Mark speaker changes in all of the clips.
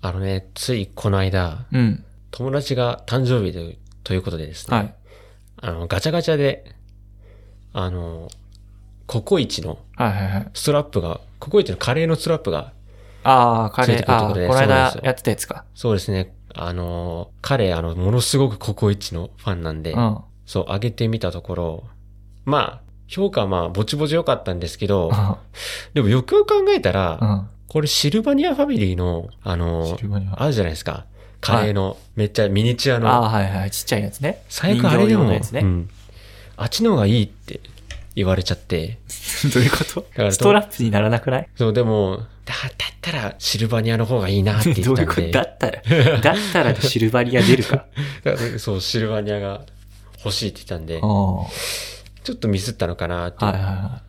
Speaker 1: あのね、ついこの間、
Speaker 2: うん。
Speaker 1: 友達が誕生日でということでですね、
Speaker 2: はい。
Speaker 1: あの、ガチャガチャで、あの、ココイチの
Speaker 2: はいはいはい。
Speaker 1: ストラップが、ココイチのカレーのストラップが、
Speaker 2: ああ、カレ
Speaker 1: ついて
Speaker 2: ー、
Speaker 1: くると
Speaker 2: あ
Speaker 1: こ
Speaker 2: あ、
Speaker 1: ろで
Speaker 2: この
Speaker 1: そうなんで
Speaker 2: 間
Speaker 1: すよ
Speaker 2: やってたやつか。
Speaker 1: そうですね、あの、彼、あの、ものすごくココイチのファンなんで、
Speaker 2: うん。うん
Speaker 1: そう、上げてみたところ、まあ、評価はまあ、ぼちぼち良かったんですけど、でもよくよく考えた
Speaker 2: う
Speaker 1: ら、
Speaker 2: ん。
Speaker 1: これシルバニアファミリーの、あの
Speaker 2: シ、ルバニア。
Speaker 1: あるじゃないですか。カレーの、めっちゃミニチュア
Speaker 2: あ
Speaker 1: の、
Speaker 2: あー、はいはい。ちっちゃいやつ ね。
Speaker 1: 最悪あれで
Speaker 2: 人形用
Speaker 1: も、
Speaker 2: のやつ
Speaker 1: う
Speaker 2: ね。
Speaker 1: ん、あっちの方がいいって言われちゃって。
Speaker 2: どういうこと
Speaker 1: からと
Speaker 2: ストラップにならなくない
Speaker 1: そう、でも、だだったらシルバニアの方がいいなって言っ
Speaker 2: どうい
Speaker 1: た
Speaker 2: うんこと
Speaker 1: で。
Speaker 2: だったら、だったらシルバニア出る か。
Speaker 1: そう、シルバニアが欲しいって言ったんで
Speaker 2: う、ん。は
Speaker 1: ちょっとミスったのかなっ
Speaker 2: い
Speaker 1: て。
Speaker 2: はいは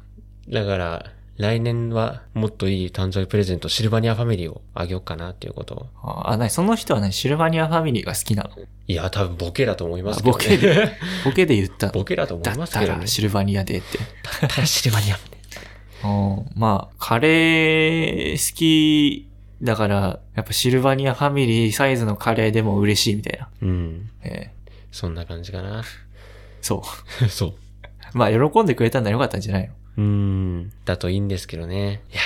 Speaker 1: だから、来年はもっといい誕生日プレゼント、シルバニアファミリーをあげようかなっていうことを。
Speaker 2: い。あ、なに、その人はね、シルバニアファミリーが好きなの。
Speaker 1: いや、多分ボケだと思いますけ
Speaker 2: ボ
Speaker 1: ど、ね。
Speaker 2: ケで、ボケで言ったの。
Speaker 1: ボケだと思
Speaker 2: だ
Speaker 1: いま
Speaker 2: っ
Speaker 1: す
Speaker 2: た
Speaker 1: けど、ね。
Speaker 2: らシルバニアでって。
Speaker 1: だったらシルバニア。
Speaker 2: うんまあ、カレー好きだから、やっぱシルバニアファミリーサイズのカレーでも嬉しいみたいな。
Speaker 1: うん。
Speaker 2: え
Speaker 1: そんな感じかな。
Speaker 2: ーそ
Speaker 1: そう。
Speaker 2: う。まあ、喜んでくれたんだよかったんじゃないの
Speaker 1: うーん。だといいんですけどね。いや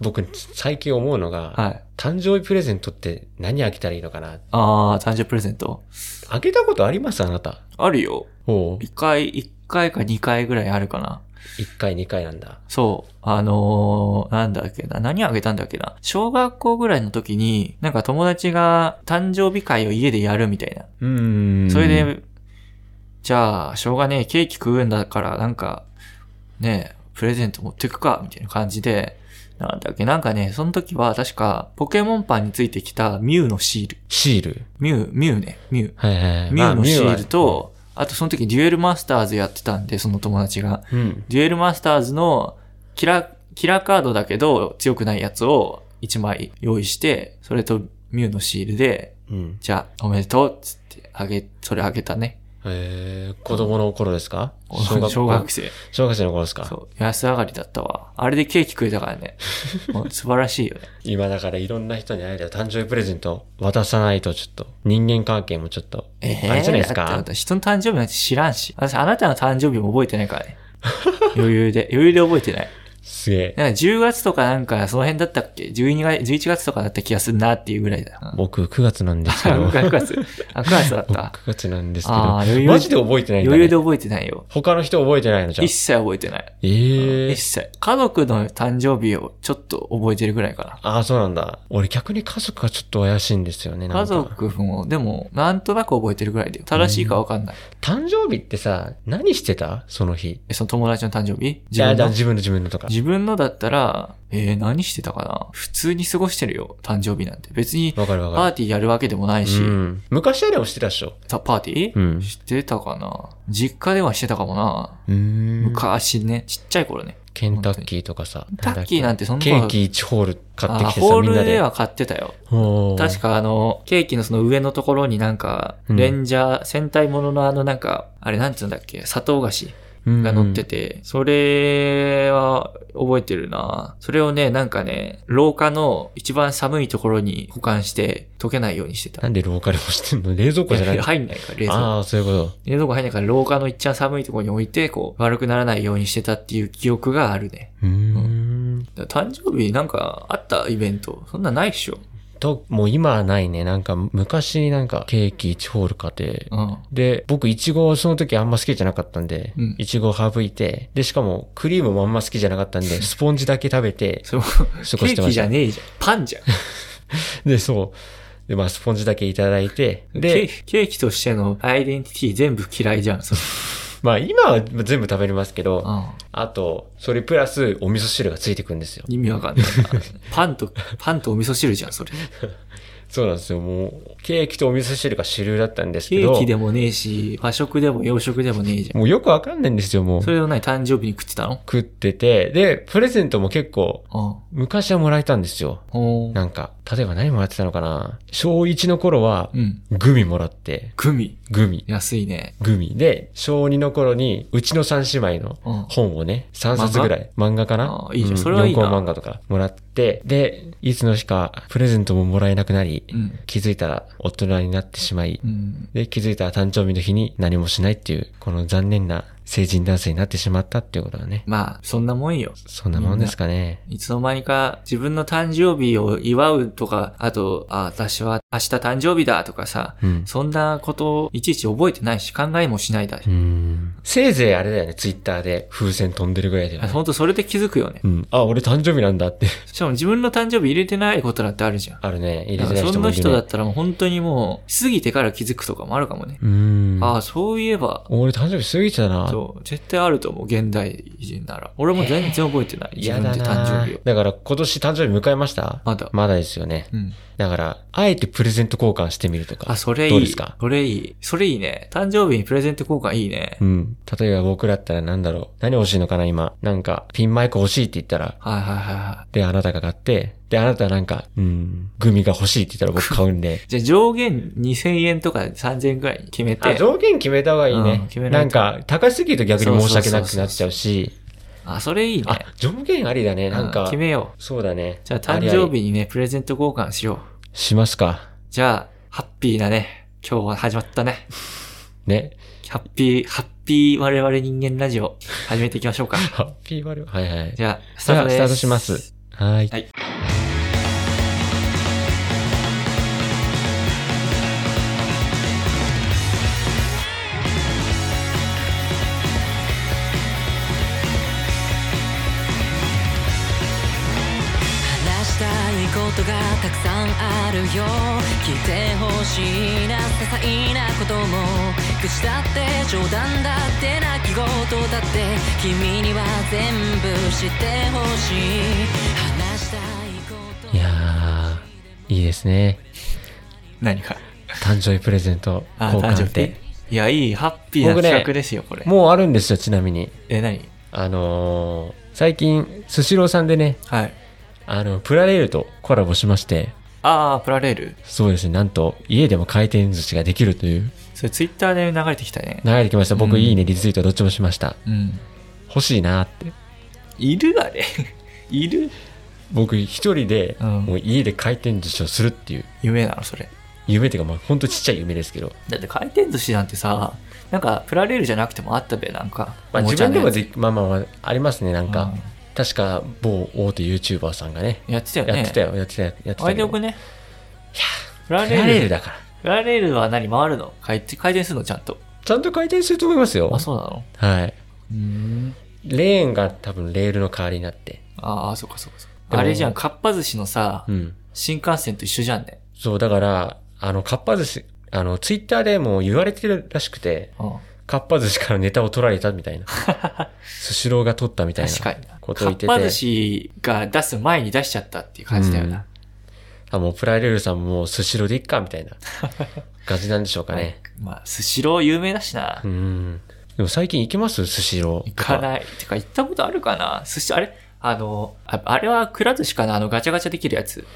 Speaker 1: ー僕、最近思うのが、
Speaker 2: はい。
Speaker 1: 誕生日プレゼントって何あげたらいいのかな
Speaker 2: ああ、誕生日プレゼント。
Speaker 1: あげたことありますあなた。
Speaker 2: あるよ。
Speaker 1: おう。
Speaker 2: 一回、一回か二回ぐらいあるかな。
Speaker 1: 1回、2回なんだ。
Speaker 2: そう。あのー、なんだっけな。何あげたんだっけな。小学校ぐらいの時に、なんか友達が誕生日会を家でやるみたいな。
Speaker 1: うーん
Speaker 2: それで、じゃあ、しょうがねえ、ケーキ食うんだから、なんか、ねえ、プレゼント持ってくか、みたいな感じで、なんだっけ、なんかね、その時は確か、ポケモンパンについてきたミュウのシール。
Speaker 1: シール。
Speaker 2: ミュウ、ミュウね、ミュウ。
Speaker 1: はいはいはい。
Speaker 2: ミュウのシール
Speaker 1: ま
Speaker 2: と、あとその時デュエルマスターズやってたんで、その友達が。
Speaker 1: あ、ミュウはうん。
Speaker 2: デュエルマスターズのキラ、キラーカードだけど強くないやつを1枚用意して、それとミュウのシールで、
Speaker 1: うん。
Speaker 2: じゃあ、おめでとうっつって、あげ、それあげたね。
Speaker 1: えー、子供の頃ですか
Speaker 2: 小学
Speaker 1: 小学
Speaker 2: 生。
Speaker 1: 小学生の頃ですか
Speaker 2: そう。安上がりだったわ。あれでケーキ食えたから ね。もう素晴らしいよね。
Speaker 1: 今だからいろんな人に会えて誕生日プレゼント渡さないとちょっと人間関係もちょっと、
Speaker 2: え
Speaker 1: あれじゃないです
Speaker 2: だ
Speaker 1: か
Speaker 2: って人の誕生日なんて知らんし。私、あなたの誕生日も覚えてないからね。余裕で。余裕で覚えてない。
Speaker 1: すげえ。
Speaker 2: なんか10月とかなんかその辺だったっけ ?12 月、11月とかだった気がするなっていうぐらいだよ。
Speaker 1: 僕9月なんですけ
Speaker 2: あ
Speaker 1: ど。僕
Speaker 2: 9月。あ、9月だった。
Speaker 1: 9月なんですけど。
Speaker 2: ああ、余裕
Speaker 1: マジで覚えてないんだ、ね。
Speaker 2: 余裕で覚えてないよ。
Speaker 1: 他の人覚えてないのじゃん
Speaker 2: 一。切覚えてない。
Speaker 1: ええ
Speaker 2: 一切。家族の誕生日をちょっと覚えてるぐらいかな。
Speaker 1: ああ、そうなんだ。俺逆に家族がちょっと怪しいんですよね。な
Speaker 2: 家
Speaker 1: んか
Speaker 2: 族も、でも、なんとなく覚えてるぐらいで、正しいかわかんない。
Speaker 1: 誕生日ってさ、何してたその日。
Speaker 2: え、その友達の誕生日
Speaker 1: い
Speaker 2: 自
Speaker 1: や
Speaker 2: 分
Speaker 1: だ
Speaker 2: の
Speaker 1: 自分の自分のとか。
Speaker 2: 自分のだったら、えー、何してたかな普通に過ごしてるよ、誕生日なんて。別に、
Speaker 1: わかるわ
Speaker 2: パ
Speaker 1: か
Speaker 2: ー
Speaker 1: る。
Speaker 2: ティーやるわけでもないし、
Speaker 1: うん、昔あれもしてたっしょ。
Speaker 2: たパーティー、
Speaker 1: うん
Speaker 2: してたかな実家ではしてたかもな。
Speaker 1: うん
Speaker 2: 昔ね、ちっちゃい頃ね。
Speaker 1: ケンタッキーとかさ。
Speaker 2: タッキー
Speaker 1: な
Speaker 2: な
Speaker 1: だっ
Speaker 2: んんてそん
Speaker 1: けケ
Speaker 2: な
Speaker 1: ーキ1ホール買って
Speaker 2: あ、
Speaker 1: きてさ、
Speaker 2: ホー
Speaker 1: みん
Speaker 2: ル
Speaker 1: なで
Speaker 2: で。は買ってたよ。
Speaker 1: ほう
Speaker 2: 確かあの、ケーキのその上のところになんか、
Speaker 1: うん
Speaker 2: レンジャー、戦隊もののあのなんか、あれなんつうんだっけ、砂糖菓子が乗ってて、それは覚えてるなそれをね、なんかね、廊下の一番寒いところに保管して、溶けないようにして
Speaker 1: な
Speaker 2: た。
Speaker 1: んでローカルをしてんの冷蔵庫じゃない
Speaker 2: いや入んないから、冷蔵庫。
Speaker 1: ああ、そういうこ
Speaker 2: 冷蔵庫入んないから、廊下の一番寒いところに置いて、こう、悪くならないようにしてたっていう記憶があるね。
Speaker 1: と。うーん。
Speaker 2: だから誕生日なんかあったイベント、そんなないっしょ。
Speaker 1: と、もう今はないね。なんか昔になんかケーキ1ホール買って、
Speaker 2: うん。
Speaker 1: で、僕、いちごをその時あんま好きじゃなかったんで
Speaker 2: うん、
Speaker 1: いちごを省いて、で、しかも、クリームもあんま好きじゃなかったんで、スポンジだけ食べて、
Speaker 2: それも
Speaker 1: 過ご
Speaker 2: ケ
Speaker 1: して
Speaker 2: ー
Speaker 1: ま
Speaker 2: キ
Speaker 1: し
Speaker 2: じゃ
Speaker 1: た。
Speaker 2: ねえじゃん。パンじゃん。
Speaker 1: で、そう。で、まあ、スポンジだけいただいて、
Speaker 2: ケー
Speaker 1: で、
Speaker 2: キケーキとしてのアイデンティティ全部嫌いじゃん。それ
Speaker 1: まあ、今は全部食べれますけ
Speaker 2: う
Speaker 1: ど、
Speaker 2: ん、
Speaker 1: あと、それプラス、お味噌汁がついてくるんですよ。
Speaker 2: 意味わかん ないな。パンと、パンとお味噌汁じゃん、それ。
Speaker 1: そうなんですよ。もう、ケーキとお味噌汁が主流だったんです
Speaker 2: ケ
Speaker 1: けど、
Speaker 2: ーキでもねえし、和食でも洋食でもねえじゃん。
Speaker 1: もうよくわかんないんですよ、もう。
Speaker 2: それを何、誕生日に食ってたの
Speaker 1: 食ってて、で、プレゼントも結構、
Speaker 2: うん。
Speaker 1: 昔はもらえたんですよ。
Speaker 2: ほー
Speaker 1: なんか、例えば何もらってたのかな小1の頃は、
Speaker 2: うん。
Speaker 1: グミもらって、
Speaker 2: グミ。
Speaker 1: グミ、
Speaker 2: 安いね。
Speaker 1: グミ。で、小2の頃に、うちの三姉妹の
Speaker 2: うん。
Speaker 1: 本をね、3冊ぐらい、漫画かな
Speaker 2: あーいいじゃんそれはいいな
Speaker 1: 4コマ漫画とかもらって、で、いつの日かプレゼントももらえなくなり、
Speaker 2: うん。
Speaker 1: 気づいたら大人になってしまい、
Speaker 2: うん。
Speaker 1: で、気づいたら誕生日の日に何もしないっていう、この残念な成人男性になってしまったっていうことはね、
Speaker 2: まあ、そんなもんよ。
Speaker 1: そんなもんですかね。
Speaker 2: いつの間にか自分の誕生日を祝うとか、あと、あ、私は明日誕生日だとかさ、
Speaker 1: うん。
Speaker 2: そんなことをいちいち覚えてないし、考えもしないだし
Speaker 1: う。ん。せいぜいあれだよね、ツイッターで風船飛んでるぐらいだよ
Speaker 2: あ
Speaker 1: ね。
Speaker 2: ほんとそれで気づくよね。
Speaker 1: うん。あ、俺誕生日なんだって。
Speaker 2: しかも自分の誕生日入れてないことだってあるじゃん。
Speaker 1: あるね。入れて
Speaker 2: だか
Speaker 1: ない
Speaker 2: らそ
Speaker 1: 人
Speaker 2: ん
Speaker 1: も
Speaker 2: ない
Speaker 1: る、ね。
Speaker 2: 人だったらもう本当にもう、過ぎてから気づくとかもあるかもね。
Speaker 1: うん。
Speaker 2: ああ、そういえば、
Speaker 1: 俺誕生日過ぎてたな。
Speaker 2: そう、絶対あると思う、現代人なら。俺も全然覚えてない。自
Speaker 1: 嫌
Speaker 2: 分で
Speaker 1: だ
Speaker 2: 誕
Speaker 1: な
Speaker 2: 生日を。
Speaker 1: だから今年誕生日迎えました
Speaker 2: まだ。
Speaker 1: まだですよね。
Speaker 2: うん。
Speaker 1: だから、あえてプレゼント交換してみるとか。
Speaker 2: あ、それいい。
Speaker 1: どうですか
Speaker 2: それいい。それいいね。誕生日にプレゼント交換いいね。
Speaker 1: うん。例えば僕だったら何だろう。何欲しいのかな今。なんか、ピンマイク欲しいって言ったら、
Speaker 2: はいはいはいは
Speaker 1: で、あなたが買って、で、あなたはなんか、うん、グミが欲しいって言ったら僕買うんで。
Speaker 2: い。じゃあ上限2000円とか3000円くらいに決めて。
Speaker 1: あ、条件決めた方がいいね
Speaker 2: うん。決めな
Speaker 1: ないん
Speaker 2: と
Speaker 1: か、高すぎると逆に申し訳なくなっちゃうし。
Speaker 2: あ、それいいね。
Speaker 1: あ、条件ありだね。なん
Speaker 2: う
Speaker 1: か
Speaker 2: 決、めよう。
Speaker 1: そうだね。
Speaker 2: じゃあ
Speaker 1: あ
Speaker 2: 誕
Speaker 1: りあり
Speaker 2: 生日にね、プレゼント交換しよう。
Speaker 1: しますか。
Speaker 2: じゃあ、ハッピーなね、今日は始まったね。
Speaker 1: ね。
Speaker 2: ハッピー、ハッピー我々人間ラジオ、始めていきまし ょうか。
Speaker 1: ハッピーバリュー。はいはい。
Speaker 2: じゃあ、ス
Speaker 1: じ
Speaker 2: ター
Speaker 1: ゃあ、
Speaker 2: トです。
Speaker 1: スタートします。。はい
Speaker 2: はい。
Speaker 3: 話したいことがたくさんあるよ聞いてほしいな些細なことも愚痴だって冗談だって泣き言だって君には全部知ってほしい話したいこと
Speaker 1: いやー、いいですね。
Speaker 2: 何か。
Speaker 1: 誕生日プレゼント
Speaker 2: あ、
Speaker 1: 交
Speaker 2: 誕
Speaker 1: 換
Speaker 2: 生
Speaker 1: って
Speaker 2: 日。いや、いい、ハッピーな
Speaker 1: 僕ね
Speaker 2: 企画ですよ、これ。
Speaker 1: もうあるんですよ、ちなみに。
Speaker 2: え、何
Speaker 1: あのー、最近、スシローさんでね、
Speaker 2: はい。
Speaker 1: あの、プラレールとコラボしまして、
Speaker 2: あー、プラレール。
Speaker 1: そうですね、なんと、家でも回転寿司ができるという、
Speaker 2: それツイッターで流れてきたね。
Speaker 1: 流れてきました。僕、
Speaker 2: うん
Speaker 1: いいね、リツイートどっちもしました。
Speaker 2: うん。
Speaker 1: 欲しいなーって。
Speaker 2: いるあれ。 いる
Speaker 1: 僕、一人で、
Speaker 2: うん
Speaker 1: もう家で回転寿司をするっていう、
Speaker 2: 夢なの、それ。
Speaker 1: 夢っていうか、まあ、ほんとちっちゃい夢ですけど、
Speaker 2: だって回転寿司なんてさ、なんかプラレールじゃなくてもあったべ、なんか。
Speaker 1: まあ、
Speaker 2: おも
Speaker 1: 自
Speaker 2: ちゃ
Speaker 1: 分
Speaker 2: の
Speaker 1: でも
Speaker 2: やつ
Speaker 1: でき、まあまあまあ、ありますね、なんか
Speaker 2: うん。
Speaker 1: 確か、某大手 YouTuber さんがね、
Speaker 2: やってたよね。
Speaker 1: やってたよ、やってたよ、やってた
Speaker 2: あれ
Speaker 1: け
Speaker 2: でよ
Speaker 1: ど。
Speaker 2: く
Speaker 1: プ
Speaker 2: ね。プ
Speaker 1: ラ
Speaker 2: ラレ
Speaker 1: レ
Speaker 2: ール。
Speaker 1: ールだから。
Speaker 2: プラレールは何回るの回転回転するのちゃんと。
Speaker 1: ちゃんと回転すると思いますよ
Speaker 2: あ、。そうなの
Speaker 1: はい。
Speaker 2: うん。
Speaker 1: レーンが多分レールの代わりになって。
Speaker 2: ああ、そっかそっかそっ
Speaker 1: で
Speaker 2: か。
Speaker 1: も
Speaker 2: あれじゃん、かっぱ寿司のさ、
Speaker 1: うん。
Speaker 2: 新幹線と一緒じゃんね。
Speaker 1: そう、だから、あの、かっぱ寿司、あの、ツイッターでも言われてるらしくて、
Speaker 2: うん。
Speaker 1: かっぱ寿司からネタを取られたみたい な。スシローが取ったみたいな。
Speaker 2: 確かにな。
Speaker 1: ことを
Speaker 2: か
Speaker 1: 言っ
Speaker 2: って
Speaker 1: て
Speaker 2: ぱ寿司が出す前に出しちゃったっていう感じだよな。
Speaker 1: あ、もうプライレールさんもうスシローでいっか、みた いな感じなんでしょうかね。
Speaker 2: まあ、スシロー有名だしな
Speaker 1: う。ん。でも最近行きますスシロー。
Speaker 2: 行か
Speaker 1: い。
Speaker 2: ない。てか、行ったことあるかな寿司、あれあの、ああれはくら寿司かなあの、ガチャガチャできるやつ。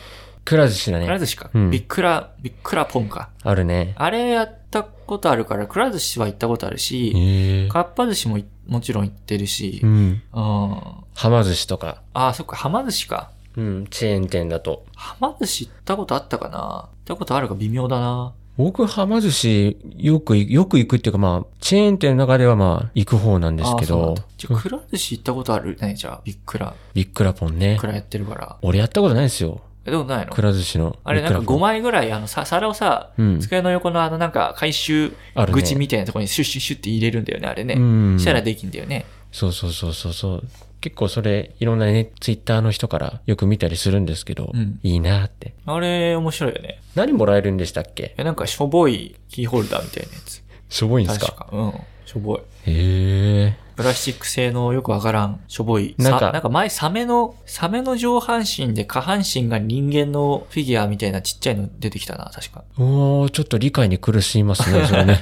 Speaker 1: くら寿司だ
Speaker 2: くら
Speaker 1: ね。
Speaker 2: 寿司か。
Speaker 1: うん
Speaker 2: びっくら、びっくらポンか。
Speaker 1: あるね。
Speaker 2: あれやったことあるから、くら寿司は行ったことあるし、
Speaker 1: へえ。
Speaker 2: かっぱ寿司もいもちろん行ってるし、
Speaker 1: う
Speaker 2: うん。
Speaker 1: ん。
Speaker 2: あ
Speaker 1: はま寿司とか。
Speaker 2: あ、そっか、はま寿司か。
Speaker 1: うん。チェーン店だと。
Speaker 2: はま寿司行ったことあったかな行ったことあるか微妙だな。
Speaker 1: 僕、はま寿司、よく、よく行くっていうか、まあ、チェーン店の中ではまあ、行く方なんですけ
Speaker 2: あーそうな
Speaker 1: ど
Speaker 2: んだ、じゃあ、くら寿司行ったことあるね、じゃあ、びっくら。
Speaker 1: ビックラポンね
Speaker 2: く。らやってるから。
Speaker 1: 俺やったことないですよ。
Speaker 2: え、でもないの
Speaker 1: くら寿司の。
Speaker 2: あれ、なんか
Speaker 1: ビック
Speaker 2: 5
Speaker 1: ラ
Speaker 2: 枚ぐらい、あの、さ、皿をさ、
Speaker 1: ポン。うん。
Speaker 2: 机の横のあの、なんか、回収
Speaker 1: あるね。
Speaker 2: 口みたいなところにシュッシュッシュッって入れるんだよね、あれね。
Speaker 1: うん。
Speaker 2: したらできんだよね。
Speaker 1: そうそうそうそうそう。結構それ、いろんなね、ツイッターの人からよく見たりするんですけど、
Speaker 2: うん
Speaker 1: いいなって。
Speaker 2: あれ、面白いよね。
Speaker 1: 何もらえるんでしたっけ
Speaker 2: え、なんか、しょぼいキーホルダーみたいなやつ。
Speaker 1: しょぼいんです
Speaker 2: 確
Speaker 1: か
Speaker 2: か。うん。しょぼい。
Speaker 1: へえ。
Speaker 2: プラスチック製のよくわからん、しょぼい。
Speaker 1: な
Speaker 2: なんん
Speaker 1: か
Speaker 2: か、なんか前、サメの、サメの上半身で下半身が人間のフィギュアみたいなちっちゃいの出てきたな、確か。
Speaker 1: おー、ちょっと理解に苦しみますね、それ ね。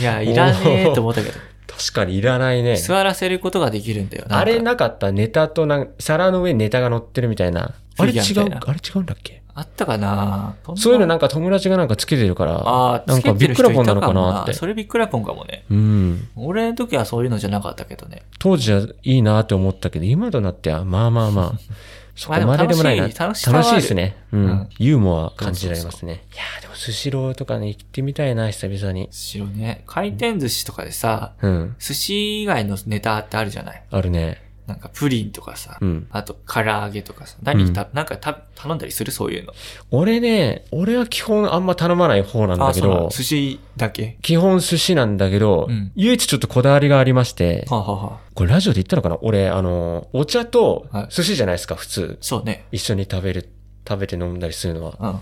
Speaker 2: いや、いらねえと思ったけど。
Speaker 1: 確かにいらないね。
Speaker 2: 座らせることができるんだよ。んか
Speaker 1: あれなかったネタとなん皿の上にネタが乗ってるみたいな。あ
Speaker 2: フィ
Speaker 1: れ
Speaker 2: ギュア
Speaker 1: 違
Speaker 2: みたいうな、
Speaker 1: あれ違うんだっけ
Speaker 2: あったかな
Speaker 1: そういうのなん
Speaker 2: か、
Speaker 1: か友達がなんかつけてるから。
Speaker 2: ああ、
Speaker 1: なん
Speaker 2: つ
Speaker 1: か
Speaker 2: けてる人いたかも
Speaker 1: ビックラポンなのかな
Speaker 2: な
Speaker 1: って
Speaker 2: それビックラポンかもね。
Speaker 1: うん。
Speaker 2: 俺の時はそういうのじゃなかったけどね。
Speaker 1: 当時はいいなって思ったけど、今となっては、まあまあ まあ、そこ
Speaker 2: まあでも
Speaker 1: まででもないな。
Speaker 2: 楽しい楽しさはあ
Speaker 1: 楽し
Speaker 2: る
Speaker 1: いですね。う
Speaker 2: うんん。
Speaker 1: ユーモア感じられますね。いやーでも、スシローとかね、行ってみたいな、久々に。
Speaker 2: 白ね。回転寿司とかでさ、
Speaker 1: うん。
Speaker 2: 寿司以外のネタってあるじゃない
Speaker 1: あるね。
Speaker 2: なんかプリンとかさ、
Speaker 1: うん。
Speaker 2: あと唐揚げとかさ、何た、なんかた頼んだりするそういうの。
Speaker 1: 俺ね、俺は基本あんま頼まない方なんだけ
Speaker 2: そうなの
Speaker 1: ど、
Speaker 2: 寿司だけ
Speaker 1: 基本寿司なんだけど、
Speaker 2: うん
Speaker 1: 唯一ちょっとこだわりがありまして、
Speaker 2: はあ、はあはあ、
Speaker 1: これラジオで言ったのかな俺、あの、お茶と
Speaker 2: はい
Speaker 1: 寿司じゃないですか、普通。
Speaker 2: そうね。
Speaker 1: 一緒に食べる、食べて飲んだりするのは。
Speaker 2: うん。あ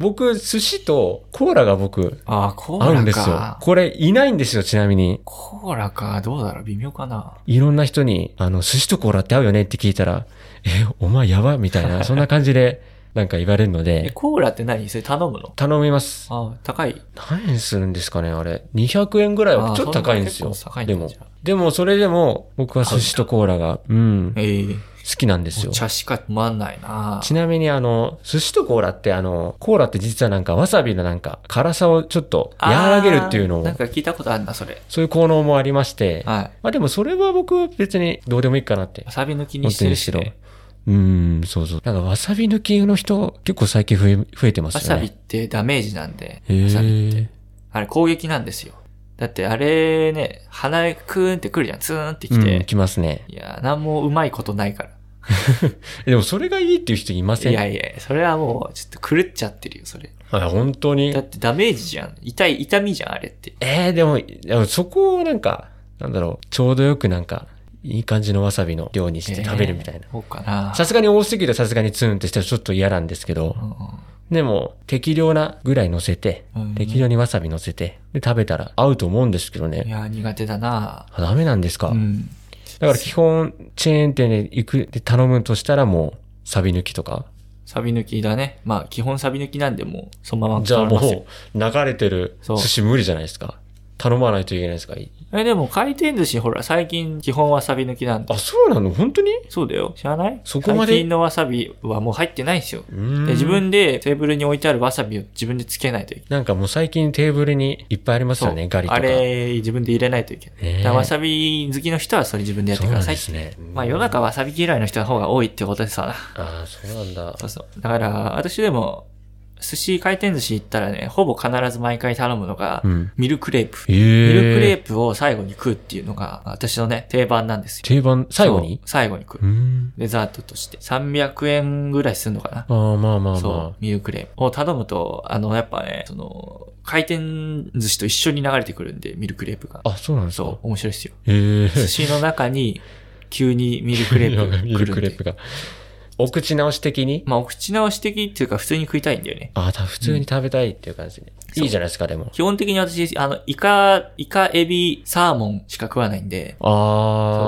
Speaker 1: 僕、寿司とコーラが僕、
Speaker 2: あ、コ
Speaker 1: 合
Speaker 2: ー
Speaker 1: う
Speaker 2: ラ
Speaker 1: んですよ
Speaker 2: か。。
Speaker 1: これ、いないんですよ、ちなみに。
Speaker 2: コーラか、どうだろう微妙かな。
Speaker 1: いろんな人に、あの、寿司とコーラって合うよねって聞いたら、え、お前やばみたい な、そんな感じで、なんか言われるの
Speaker 2: え、
Speaker 1: で、
Speaker 2: コーラって何それ頼むの
Speaker 1: 頼みます。
Speaker 2: ああ、高い。
Speaker 1: 何円するんですかね、あれ。200円ぐらいは
Speaker 2: あー
Speaker 1: ちょっと高いんですよ
Speaker 2: そんな。結
Speaker 1: で
Speaker 2: 構高いんだ
Speaker 1: も
Speaker 2: じゃあ、
Speaker 1: でもそれでも、僕は寿司とコーラが、うん、好
Speaker 2: ええ
Speaker 1: きなんです
Speaker 2: お
Speaker 1: よ。
Speaker 2: 茶しか止まんないな
Speaker 1: ちなみにあの、寿司とコーラってあの、コーラって実はなんかわさびのなんか辛さをちょっと和らげるっていうの
Speaker 2: あー
Speaker 1: を
Speaker 2: な、んか聞いたことあるな、それ。
Speaker 1: そういう効能もありまして、
Speaker 2: はい。
Speaker 1: まあでもそれは僕別にどうでもいいかなって
Speaker 2: わ。さび抜きにしてるし、
Speaker 1: 本当に
Speaker 2: ね。
Speaker 1: うーん、そうそう。なんかわさび抜きの人結構最近増え、増えてます
Speaker 2: わ
Speaker 1: よね。
Speaker 2: さびってダメージなんで、
Speaker 1: へ
Speaker 2: わさびって
Speaker 1: ー。
Speaker 2: あれ攻撃なんですよ。だってあれね、鼻クーンってくるじゃん。ツーンってきて。
Speaker 1: うん、来ますね。
Speaker 2: いや、なんもうまいことないから。
Speaker 1: でもそれがいいっていう人いません
Speaker 2: いやいや、それはもう、ちょっと狂っちゃってるよ、それ。
Speaker 1: あ本当に
Speaker 2: だ。ってダメージじゃん。痛い、痛みじゃん、あれって。
Speaker 1: えー、でも、でもそこをなんか、なんだろう、ちょうどよくなんか、いい感じのわさびの量にして食べるみたいな
Speaker 2: えー。そうかな。
Speaker 1: さすがに多すぎてさすがにツーンってしてちょっと嫌なんですけど、でも適量なぐらい乗せて、
Speaker 2: うんうん
Speaker 1: 適量にわさび乗せて、で食べたら合うと思うんですけど
Speaker 2: い
Speaker 1: ね。
Speaker 2: や、苦手だな
Speaker 1: あダメなんですか、
Speaker 2: うん。
Speaker 1: だから基本、チェーン店で行く、で頼むとしたらもう、サビ抜きとか。
Speaker 2: サビ抜きだね。まあ、基本サビ抜きなんで、もう、そのまま
Speaker 1: じゃあ
Speaker 2: 頼みますよ
Speaker 1: もう、流れてる
Speaker 2: そ
Speaker 1: 寿
Speaker 2: う
Speaker 1: 司無理じゃないですか。頼まないといけないですか。
Speaker 2: え、でも、回転寿司、ほら、最近、基本わさび抜きなんで。
Speaker 1: あ、そうなの本当に
Speaker 2: そうだよ。知らない
Speaker 1: そこまで
Speaker 2: 最近のわさびはもう入ってないんですよ。
Speaker 1: うーん
Speaker 2: で自分でテーブルに置いてあるわさびを自分でつけないといけない。
Speaker 1: なんかもう最近テーブルにいっぱいありますよね、ガリとか。
Speaker 2: あれ、自分で入れないといけない。
Speaker 1: ねえ
Speaker 2: だからわさび好きの人はそれ自分でやっ
Speaker 1: そ
Speaker 2: て
Speaker 1: う
Speaker 2: く
Speaker 1: な
Speaker 2: だ
Speaker 1: ん
Speaker 2: さい
Speaker 1: で
Speaker 2: って。
Speaker 1: すね。
Speaker 2: まあ世の中わさび嫌いの人の方が多いってことでさ。
Speaker 1: ああ、そうなんだ。
Speaker 2: そうそう。だから、私でも、寿司回転寿司行ったらね、ほぼ必ず毎回頼むのが、
Speaker 1: うん。
Speaker 2: ミルクレープ。
Speaker 1: え
Speaker 2: ミルクレ
Speaker 1: え
Speaker 2: ープを最後に食うっていうのが、私のね、定番なんですよ。
Speaker 1: 定番、最後に
Speaker 2: そう最後に
Speaker 1: う
Speaker 2: 食
Speaker 1: ー
Speaker 2: う。
Speaker 1: ん。
Speaker 2: デザートとして。300円ぐらいするのかな。
Speaker 1: ああ、まあまあ
Speaker 2: そ
Speaker 1: ま
Speaker 2: う、ミルクレープを頼むと、あの、やっぱね、その、回転寿司と一緒に流れてくるんで、ミルクレープが。
Speaker 1: あ。あ、そうなんですか
Speaker 2: そう、面白いですよ。
Speaker 1: へえ。
Speaker 2: 寿司の中に、急にミルクレープが来るんで。
Speaker 1: ミルクレープが。お口直し的に
Speaker 2: まあ、お口直し的っていうか、普通に食いたいんだよね。
Speaker 1: ああ、た普通に食べたいっていう感じで。
Speaker 2: うん
Speaker 1: いいじゃないですか、でも。
Speaker 2: 基本的に私、あの、イカ、イカ、エビ、サーモンしか食わないんで、
Speaker 1: ああ
Speaker 2: そ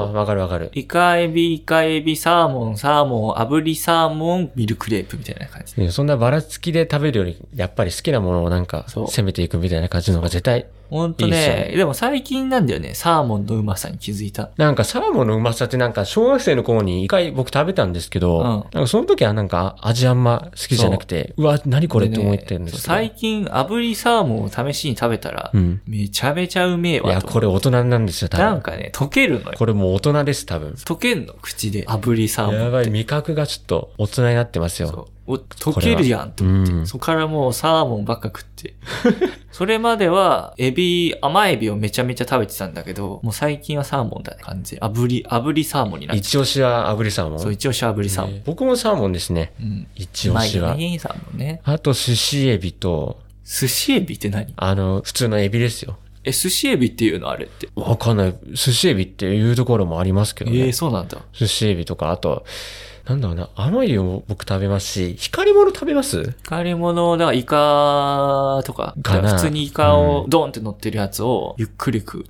Speaker 1: ー、
Speaker 2: う
Speaker 1: わかるわかる。
Speaker 2: イカ、エビ、イカ、エビ、サーモン、サーモン、炙りサーモン、ミルクレープみたいな感じ。
Speaker 1: ねそんなばらつきで食べるより、やっぱり好きなものをなんか、
Speaker 2: そう
Speaker 1: 攻めていくみたいな感じの方が絶対。
Speaker 2: ほんと
Speaker 1: いいっすよ
Speaker 2: ね
Speaker 1: ね
Speaker 2: でも最近なんだよね、サーモンのうまさに気づいた。
Speaker 1: なんかサーモンのうまさってなんか、小学生の頃に一回僕食べたんですけど、
Speaker 2: うん
Speaker 1: なんかその時はなんか味あんま好きじゃなくて、うわ、何これって思ってるんですけど。
Speaker 2: ねそう最近、炙りサーモンを試しに食べたら、
Speaker 1: うん。
Speaker 2: めちゃめちゃうめえ
Speaker 1: い
Speaker 2: わ
Speaker 1: や、
Speaker 2: と
Speaker 1: これ大人なんですよ、多分。
Speaker 2: なんかね、溶けるのよ。
Speaker 1: これもう大人です、多分。
Speaker 2: 溶けんの、口で。炙りサーモンって。
Speaker 1: やばい、味覚がちょっと大人になってますよ。
Speaker 2: そうお溶けるやんと思って。
Speaker 1: これはうん
Speaker 2: そこからもうサーモンばっか食 って。それまでは、エビ、甘エビをめちゃめちゃ食べてたんだけど、もう最近はサーモンだね、感じ。炙り、炙りサーモンになって。
Speaker 1: 一押しは炙りサーモン。
Speaker 2: そう、一押しは炙りサーモン。
Speaker 1: ね僕もサーモンですね。
Speaker 2: うん。
Speaker 1: 一押し
Speaker 2: う
Speaker 1: は
Speaker 2: まい。よね、サーモンね。
Speaker 1: あと、寿司エビと、
Speaker 2: 寿司エビって何
Speaker 1: あの、普通のエビですよ。
Speaker 2: え、寿司エビっていうのあれって。
Speaker 1: わかんない。寿司エビっていうところもありますけど
Speaker 2: ええ
Speaker 1: ね。
Speaker 2: そうなんだ。
Speaker 1: 寿司エビとか、あと、なんだろうな、甘エビも僕食べますし、光り物食べます
Speaker 2: 光り物、だからイカとか、
Speaker 1: かな
Speaker 2: 普通にイカをドンって乗ってるやつをゆっくり食う。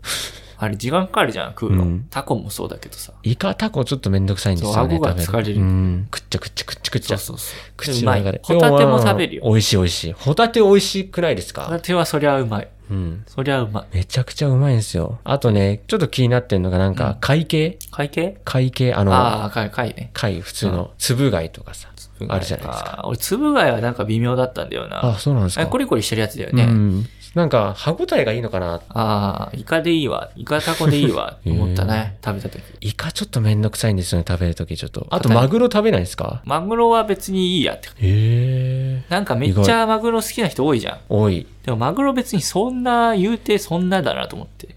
Speaker 2: あれ時間かかるじゃん、食うの。
Speaker 1: うん
Speaker 2: タコもそうだけどさ。
Speaker 1: イカ、タコちょっとめんどくさいんですよね。
Speaker 2: そう顎が
Speaker 1: 食べ
Speaker 2: 疲れる
Speaker 1: うん。くっちゃくっちゃくっちゃくっち
Speaker 2: そ
Speaker 1: ゃ
Speaker 2: う。そうそう。
Speaker 1: 口の中
Speaker 2: うまい
Speaker 1: で。
Speaker 2: ホタテも食べる
Speaker 1: で
Speaker 2: よ。
Speaker 1: も美味しい美味しい。ホタテ美味しくないです
Speaker 2: ホ
Speaker 1: か
Speaker 2: タテはそりゃうまい。
Speaker 1: うん。
Speaker 2: そりゃうまい。
Speaker 1: めちゃくちゃうまいんですよ。あとね、ちょっと気になってんのがなん
Speaker 2: う
Speaker 1: か
Speaker 2: ん、
Speaker 1: 貝系
Speaker 2: 会計
Speaker 1: 貝系あの、
Speaker 2: ああ、貝、貝ね。
Speaker 1: 貝、普通の、つぶ貝とかさ。
Speaker 2: 分
Speaker 1: あるじゃないですか。
Speaker 2: 俺、つぶ貝はなんか微妙だったんだよな。
Speaker 1: あ、そうなんです
Speaker 2: あれ
Speaker 1: か。
Speaker 2: コリコリしてるやつだよね。
Speaker 1: うん。なんか、歯応えがいいのかな。
Speaker 2: ああ、イカでいいわ。イカタコでいいわ。と思ったね。食べた時。
Speaker 1: イカちょっとめんどくさいんですよね、食べるときちょっと。あと、
Speaker 2: 硬い
Speaker 1: マグロ食べないですか
Speaker 2: マグロは別にいいやって。
Speaker 1: へえ。
Speaker 2: なんかめっ
Speaker 1: 意
Speaker 2: ちゃ
Speaker 1: 外
Speaker 2: マグロ好きな人多いじゃん。
Speaker 1: 多い。
Speaker 2: でもマグロ別にそんな、言うてそんなだなと思って。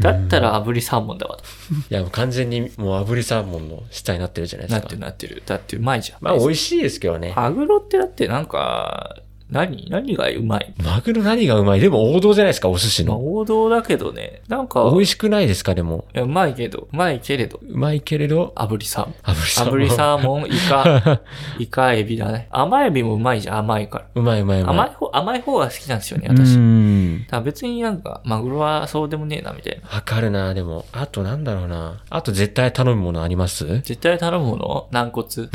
Speaker 2: だったら炙りサーモンだわと。
Speaker 1: いや、もう完全にもう炙りサーモンの下になってるじゃないで
Speaker 2: な
Speaker 1: す
Speaker 2: っ
Speaker 1: か
Speaker 2: てる。なってる。だってうまいじゃん。
Speaker 1: まあ、美味しいですけどね。
Speaker 2: マグロってだってなんか、何何がうまい
Speaker 1: マグロ何がうまいでも王道じゃないですか、お寿司
Speaker 2: まあ
Speaker 1: の。
Speaker 2: 王道だけどね。なんか、
Speaker 1: 美味
Speaker 2: い
Speaker 1: しくないですか、でも。
Speaker 2: やうまいけど、うまいけれど、
Speaker 1: うまいけれど、
Speaker 2: 炙りサーモン。
Speaker 1: 炙りサーモン。
Speaker 2: 炙りサーモン、イカ、 イカエビだね。甘エビもうまいじゃん、甘いから。
Speaker 1: うまいうまいうまい。
Speaker 2: 甘い方、甘い方が好きなんですよね、
Speaker 1: う
Speaker 2: 私。だ
Speaker 1: ん。
Speaker 2: から別になんか、マグロはそうでもねえな、みたいな。
Speaker 1: わかるな、でも。あとなんだろうな。あと絶対頼むものあります 軟
Speaker 2: 絶対頼むもの軟 骨。
Speaker 1: 骨。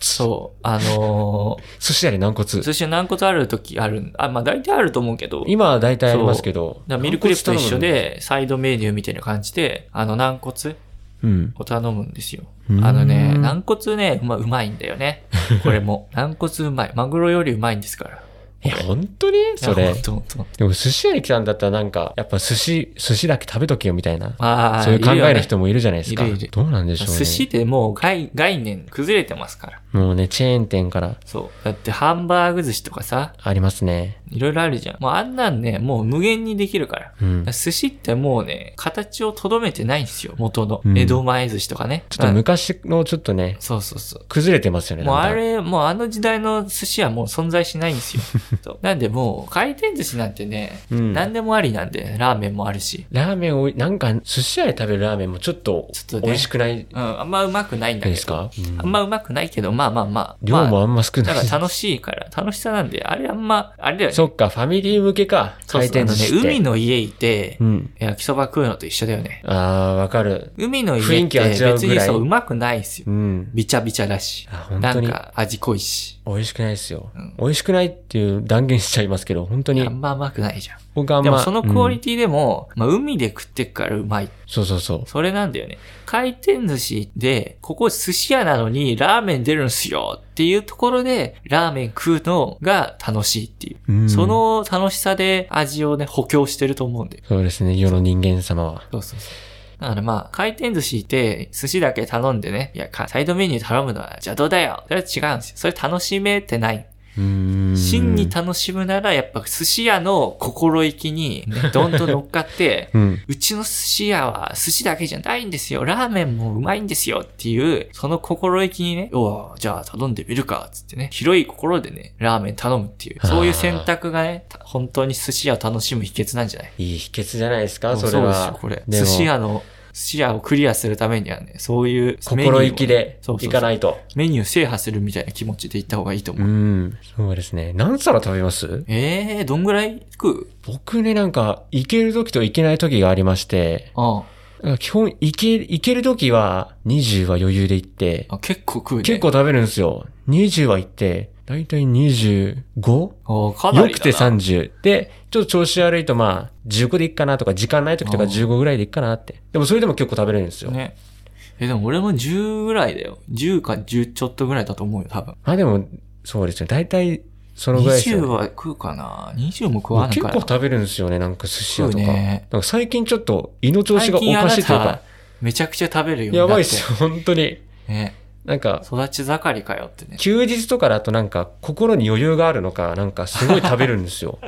Speaker 2: そう。あの
Speaker 1: 寿司屋で軟骨。
Speaker 2: ー、寿司軟骨ある時ある。あ、まあ大体あると思うけど。
Speaker 1: 今は大体ありますけど。
Speaker 2: だからミルクレープと一緒
Speaker 1: 軟
Speaker 2: で、サイドメニューみたいな感じで、あの、軟骨
Speaker 1: 骨頼むの。うん。
Speaker 2: を頼むんですよ。
Speaker 1: うん
Speaker 2: あのね、軟骨ね、うまうまいんだよね。これも。 軟骨うまい。マグロよりうまいんですから。
Speaker 1: いや、本当にそ
Speaker 2: いや
Speaker 1: れ
Speaker 2: ほん。とほんとほんと
Speaker 1: でも寿司屋に来たんだったらなんか、やっぱ寿司、寿司だけ食べとけよみたいな。
Speaker 2: ああ、
Speaker 1: そういう考えの
Speaker 2: も
Speaker 1: 人もいるじゃないですか。
Speaker 2: いるいる
Speaker 1: どうなんでしょうね。
Speaker 2: 寿司ってもう概概念崩れてますから。
Speaker 1: もうね、チェーン店から
Speaker 2: そう。だってハンバーグ寿司とかさ、
Speaker 1: ありますね。
Speaker 2: いろいろあるじゃん。もうあんなんね、もう無限にできるから。
Speaker 1: うん。
Speaker 2: 寿司ってもうね、形をとどめてないんですよ、元の。
Speaker 1: うん
Speaker 2: 江戸前寿司とかね。
Speaker 1: ちょっと
Speaker 2: うん
Speaker 1: 昔のちょっとね、
Speaker 2: そうそうそう。
Speaker 1: 崩れてますよね。
Speaker 2: もう
Speaker 1: だんだ
Speaker 2: あ
Speaker 1: ん
Speaker 2: れ、もうあの時代の寿司はもう存在しないん ですよ。そうなんでもう回転寿司なんてね、
Speaker 1: うん
Speaker 2: 何でもありなんで、ラーメンもあるし。
Speaker 1: ラーメンを、なんか寿司屋で食べるラーメンもちょっと
Speaker 2: ちょっとね
Speaker 1: 美味しくない
Speaker 2: うん、あんまうまくないんだけど。
Speaker 1: ですか、うん
Speaker 2: あんまうまくないけど、まあまあまあ。
Speaker 1: 量も
Speaker 2: ま
Speaker 1: あんま少
Speaker 2: あ、だ
Speaker 1: ない。
Speaker 2: から楽しいから、楽しさなんで、あれあんま、あれだよね。
Speaker 1: そっか、ファミリー向けか。
Speaker 2: そう
Speaker 1: 回
Speaker 2: そう
Speaker 1: 転寿司って。
Speaker 2: あのね海の家いて、
Speaker 1: うん。
Speaker 2: 焼きそば食うのと一緒だよね。
Speaker 1: ああ、わかる。
Speaker 2: 海の
Speaker 1: 雰
Speaker 2: 家っ
Speaker 1: 囲気
Speaker 2: て
Speaker 1: 味わう
Speaker 2: 別
Speaker 1: ぐらい
Speaker 2: にそううまくないんですよ
Speaker 1: う。ん。
Speaker 2: びちゃびちゃだし
Speaker 1: あ。本
Speaker 2: な
Speaker 1: 当
Speaker 2: ん
Speaker 1: に
Speaker 2: か味濃いし。
Speaker 1: 美味しくないですよ、
Speaker 2: うん
Speaker 1: 美味しくないっていう断言しちゃいますけど、本当
Speaker 2: あ
Speaker 1: に。
Speaker 2: んまうまくないじゃん。
Speaker 1: 僕あん
Speaker 2: で
Speaker 1: ま。
Speaker 2: もそのクオリ
Speaker 1: ティ、
Speaker 2: ティでも、まあ海で食ってっからうまい。
Speaker 1: そうそうそう。
Speaker 2: それなんだよね。回転寿司で、ここ寿司屋なのにラーメン出るんすよっていうところで、ラーメン食うのが楽しいっていう。
Speaker 1: うん
Speaker 2: その楽しさで味をね、補強してると思うんだよ。
Speaker 1: そうですね、世の人間様は。
Speaker 2: そうそうそう。だからまあ、回転寿司って、寿司だけ頼んでね、いや、かサイドメニュー頼むのは邪道だよ。それは違うんですよ。それ楽しめてない。
Speaker 1: うーん。
Speaker 2: 真に楽しむなら、やっぱ寿司屋の心意気に、 ね、どんどん乗っかって、
Speaker 1: うん。
Speaker 2: うちの寿司屋は寿司だけじゃないんですよ。ラーメンもうまいんですよっていう、その心意気にね、おうじゃあ頼んでみるか、つってね、広い心でね、ラーメン頼むっていう、そういう選択がね、た本当に寿司屋を楽しむ秘訣なんじゃない
Speaker 1: いい秘訣じゃないですか、
Speaker 2: そう
Speaker 1: それは。
Speaker 2: そうですよ、これ。
Speaker 1: でも
Speaker 2: 寿司屋の、寿司屋をクリアするためにはね、そういうメニューを
Speaker 1: 心意気で
Speaker 2: そうそう
Speaker 1: い
Speaker 2: そ
Speaker 1: か
Speaker 2: う
Speaker 1: ないと。
Speaker 2: メニュー制覇するみたいな気持ちで行った方がいいと思う。
Speaker 1: うん。そうですね。何皿食べます
Speaker 2: ええー、どんぐらい食う
Speaker 1: 僕ね、なんか、行ける時と行けない時がありまして、
Speaker 2: あ
Speaker 1: 基本、行け、行ける時は、20は余裕で行って、
Speaker 2: あ、結構食うね。
Speaker 1: 結構。食べるんですよ。20は行って、だいたい 25?
Speaker 2: あーかな
Speaker 1: よ
Speaker 2: り
Speaker 1: く
Speaker 2: だな。
Speaker 1: て30。で、ちょっと調子悪いとまあ、15でいっかなとか、時間ない時とか
Speaker 2: あー
Speaker 1: 15ぐらいでいっかなって。でもそれでも結構食べれるんですよ。
Speaker 2: ね。え、でも俺も10ぐらいだよ。10か10ちょっとぐらいだと思うよ、多分。
Speaker 1: まあでも、そうですね。だいたい、そのぐらいですよ
Speaker 2: 20
Speaker 1: ね。
Speaker 2: は食うかな ?20 も食
Speaker 1: 僕
Speaker 2: わない
Speaker 1: 結
Speaker 2: から。
Speaker 1: 構食べるんですよね、なんか寿司屋とか。
Speaker 2: 食うね
Speaker 1: なんか最近ちょっと胃の調子がおかしいという
Speaker 2: 最近あな
Speaker 1: か
Speaker 2: た、めちゃくちゃ食べるようにな
Speaker 1: や
Speaker 2: って。
Speaker 1: ばいっすよ、本当に。
Speaker 2: ね。
Speaker 1: なんか、
Speaker 2: 育ち盛りかよ ってね。
Speaker 1: 休日とかだとなんか心に余裕があるのか、なんかすごい食べるんです よ。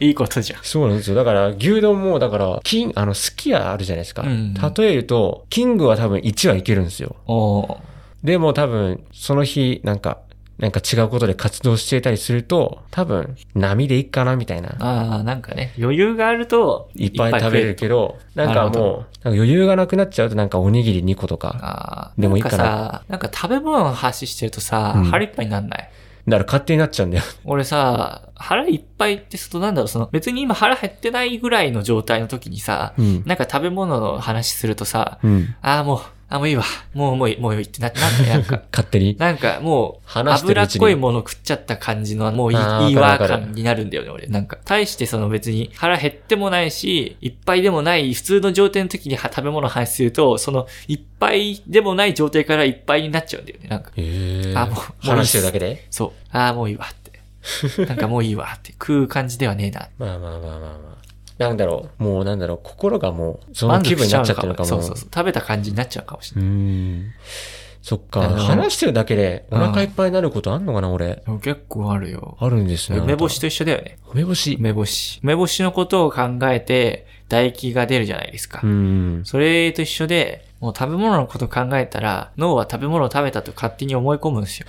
Speaker 2: いいことじゃん。
Speaker 1: そうなんですよ。だから牛丼も、だから、金、あの、すき家あるじゃないですか。
Speaker 2: うん
Speaker 1: 例えると、キングは多分1はいけるんですよ。
Speaker 2: おー
Speaker 1: でも多分、その日、なんか、なんか違うことで活動していたりすると、多分、波でいいかな、みたいな。
Speaker 2: ああ、なんかね、余裕があると、
Speaker 1: いっぱい食べるけど、
Speaker 2: い
Speaker 1: な
Speaker 2: 食
Speaker 1: ん
Speaker 2: える
Speaker 1: かもう、なんか余裕がなくなっちゃうと、なんかおにぎり2個とか、
Speaker 2: ああ、
Speaker 1: でもいい
Speaker 2: なん
Speaker 1: か
Speaker 2: か
Speaker 1: な
Speaker 2: さ、なんか食べ物の話してるとさ、
Speaker 1: うん
Speaker 2: 腹いっぱいになんない
Speaker 1: だから勝手になっちゃうんだよ。
Speaker 2: 俺さ、腹いっぱいって外なんだろう、その、別に今腹減ってないぐらいの状態の時にさ、
Speaker 1: うん。
Speaker 2: なんか食べ物の話するとさ、
Speaker 1: うん。
Speaker 2: ああ、もう、あ、もういいわ。もうもういい、もういいってなって、な んか、
Speaker 1: 勝手に。
Speaker 2: なんかもう、
Speaker 1: 話してるう
Speaker 2: 脂っ
Speaker 1: ちに
Speaker 2: こいもの食っちゃった感じの、もういい
Speaker 1: あー
Speaker 2: いい
Speaker 1: わ
Speaker 2: わ
Speaker 1: かるわかる
Speaker 2: 感になるんだよね、俺。なんか、対してその別に腹減ってもないし、いっぱいでもない、普通の状態の時には食べ物の話すると、その、いっぱいでもない状態からいっぱいになっちゃうんだよね、なんか。
Speaker 1: ええ
Speaker 2: あもう
Speaker 1: 話してるだけで
Speaker 2: そう。ああ、もういいわって。なんかもういいわって。食う感じではねえな。
Speaker 1: まあまあまあまあまあ。なんだろう。もうなんだろう。心がもう、その気分になっちゃってるのかも。
Speaker 2: そうそうそう。食べた感じになっちゃうかもしれ
Speaker 1: う
Speaker 2: ない。
Speaker 1: ん。そっか。
Speaker 2: あの
Speaker 1: 話してるだけでお腹いっぱいになることあんのかな、俺。
Speaker 2: でも結構あるよ。
Speaker 1: あるんですね。
Speaker 2: 梅干し
Speaker 1: と。
Speaker 2: と一緒だよね。
Speaker 1: 梅干し。
Speaker 2: 梅干し。梅干しのことを考えて、唾液が出るじゃないですか。
Speaker 1: うん。
Speaker 2: それと一緒で、もう食べ物のこと考えたら、脳は食べ物を食べたと勝手に思い込むんです よ。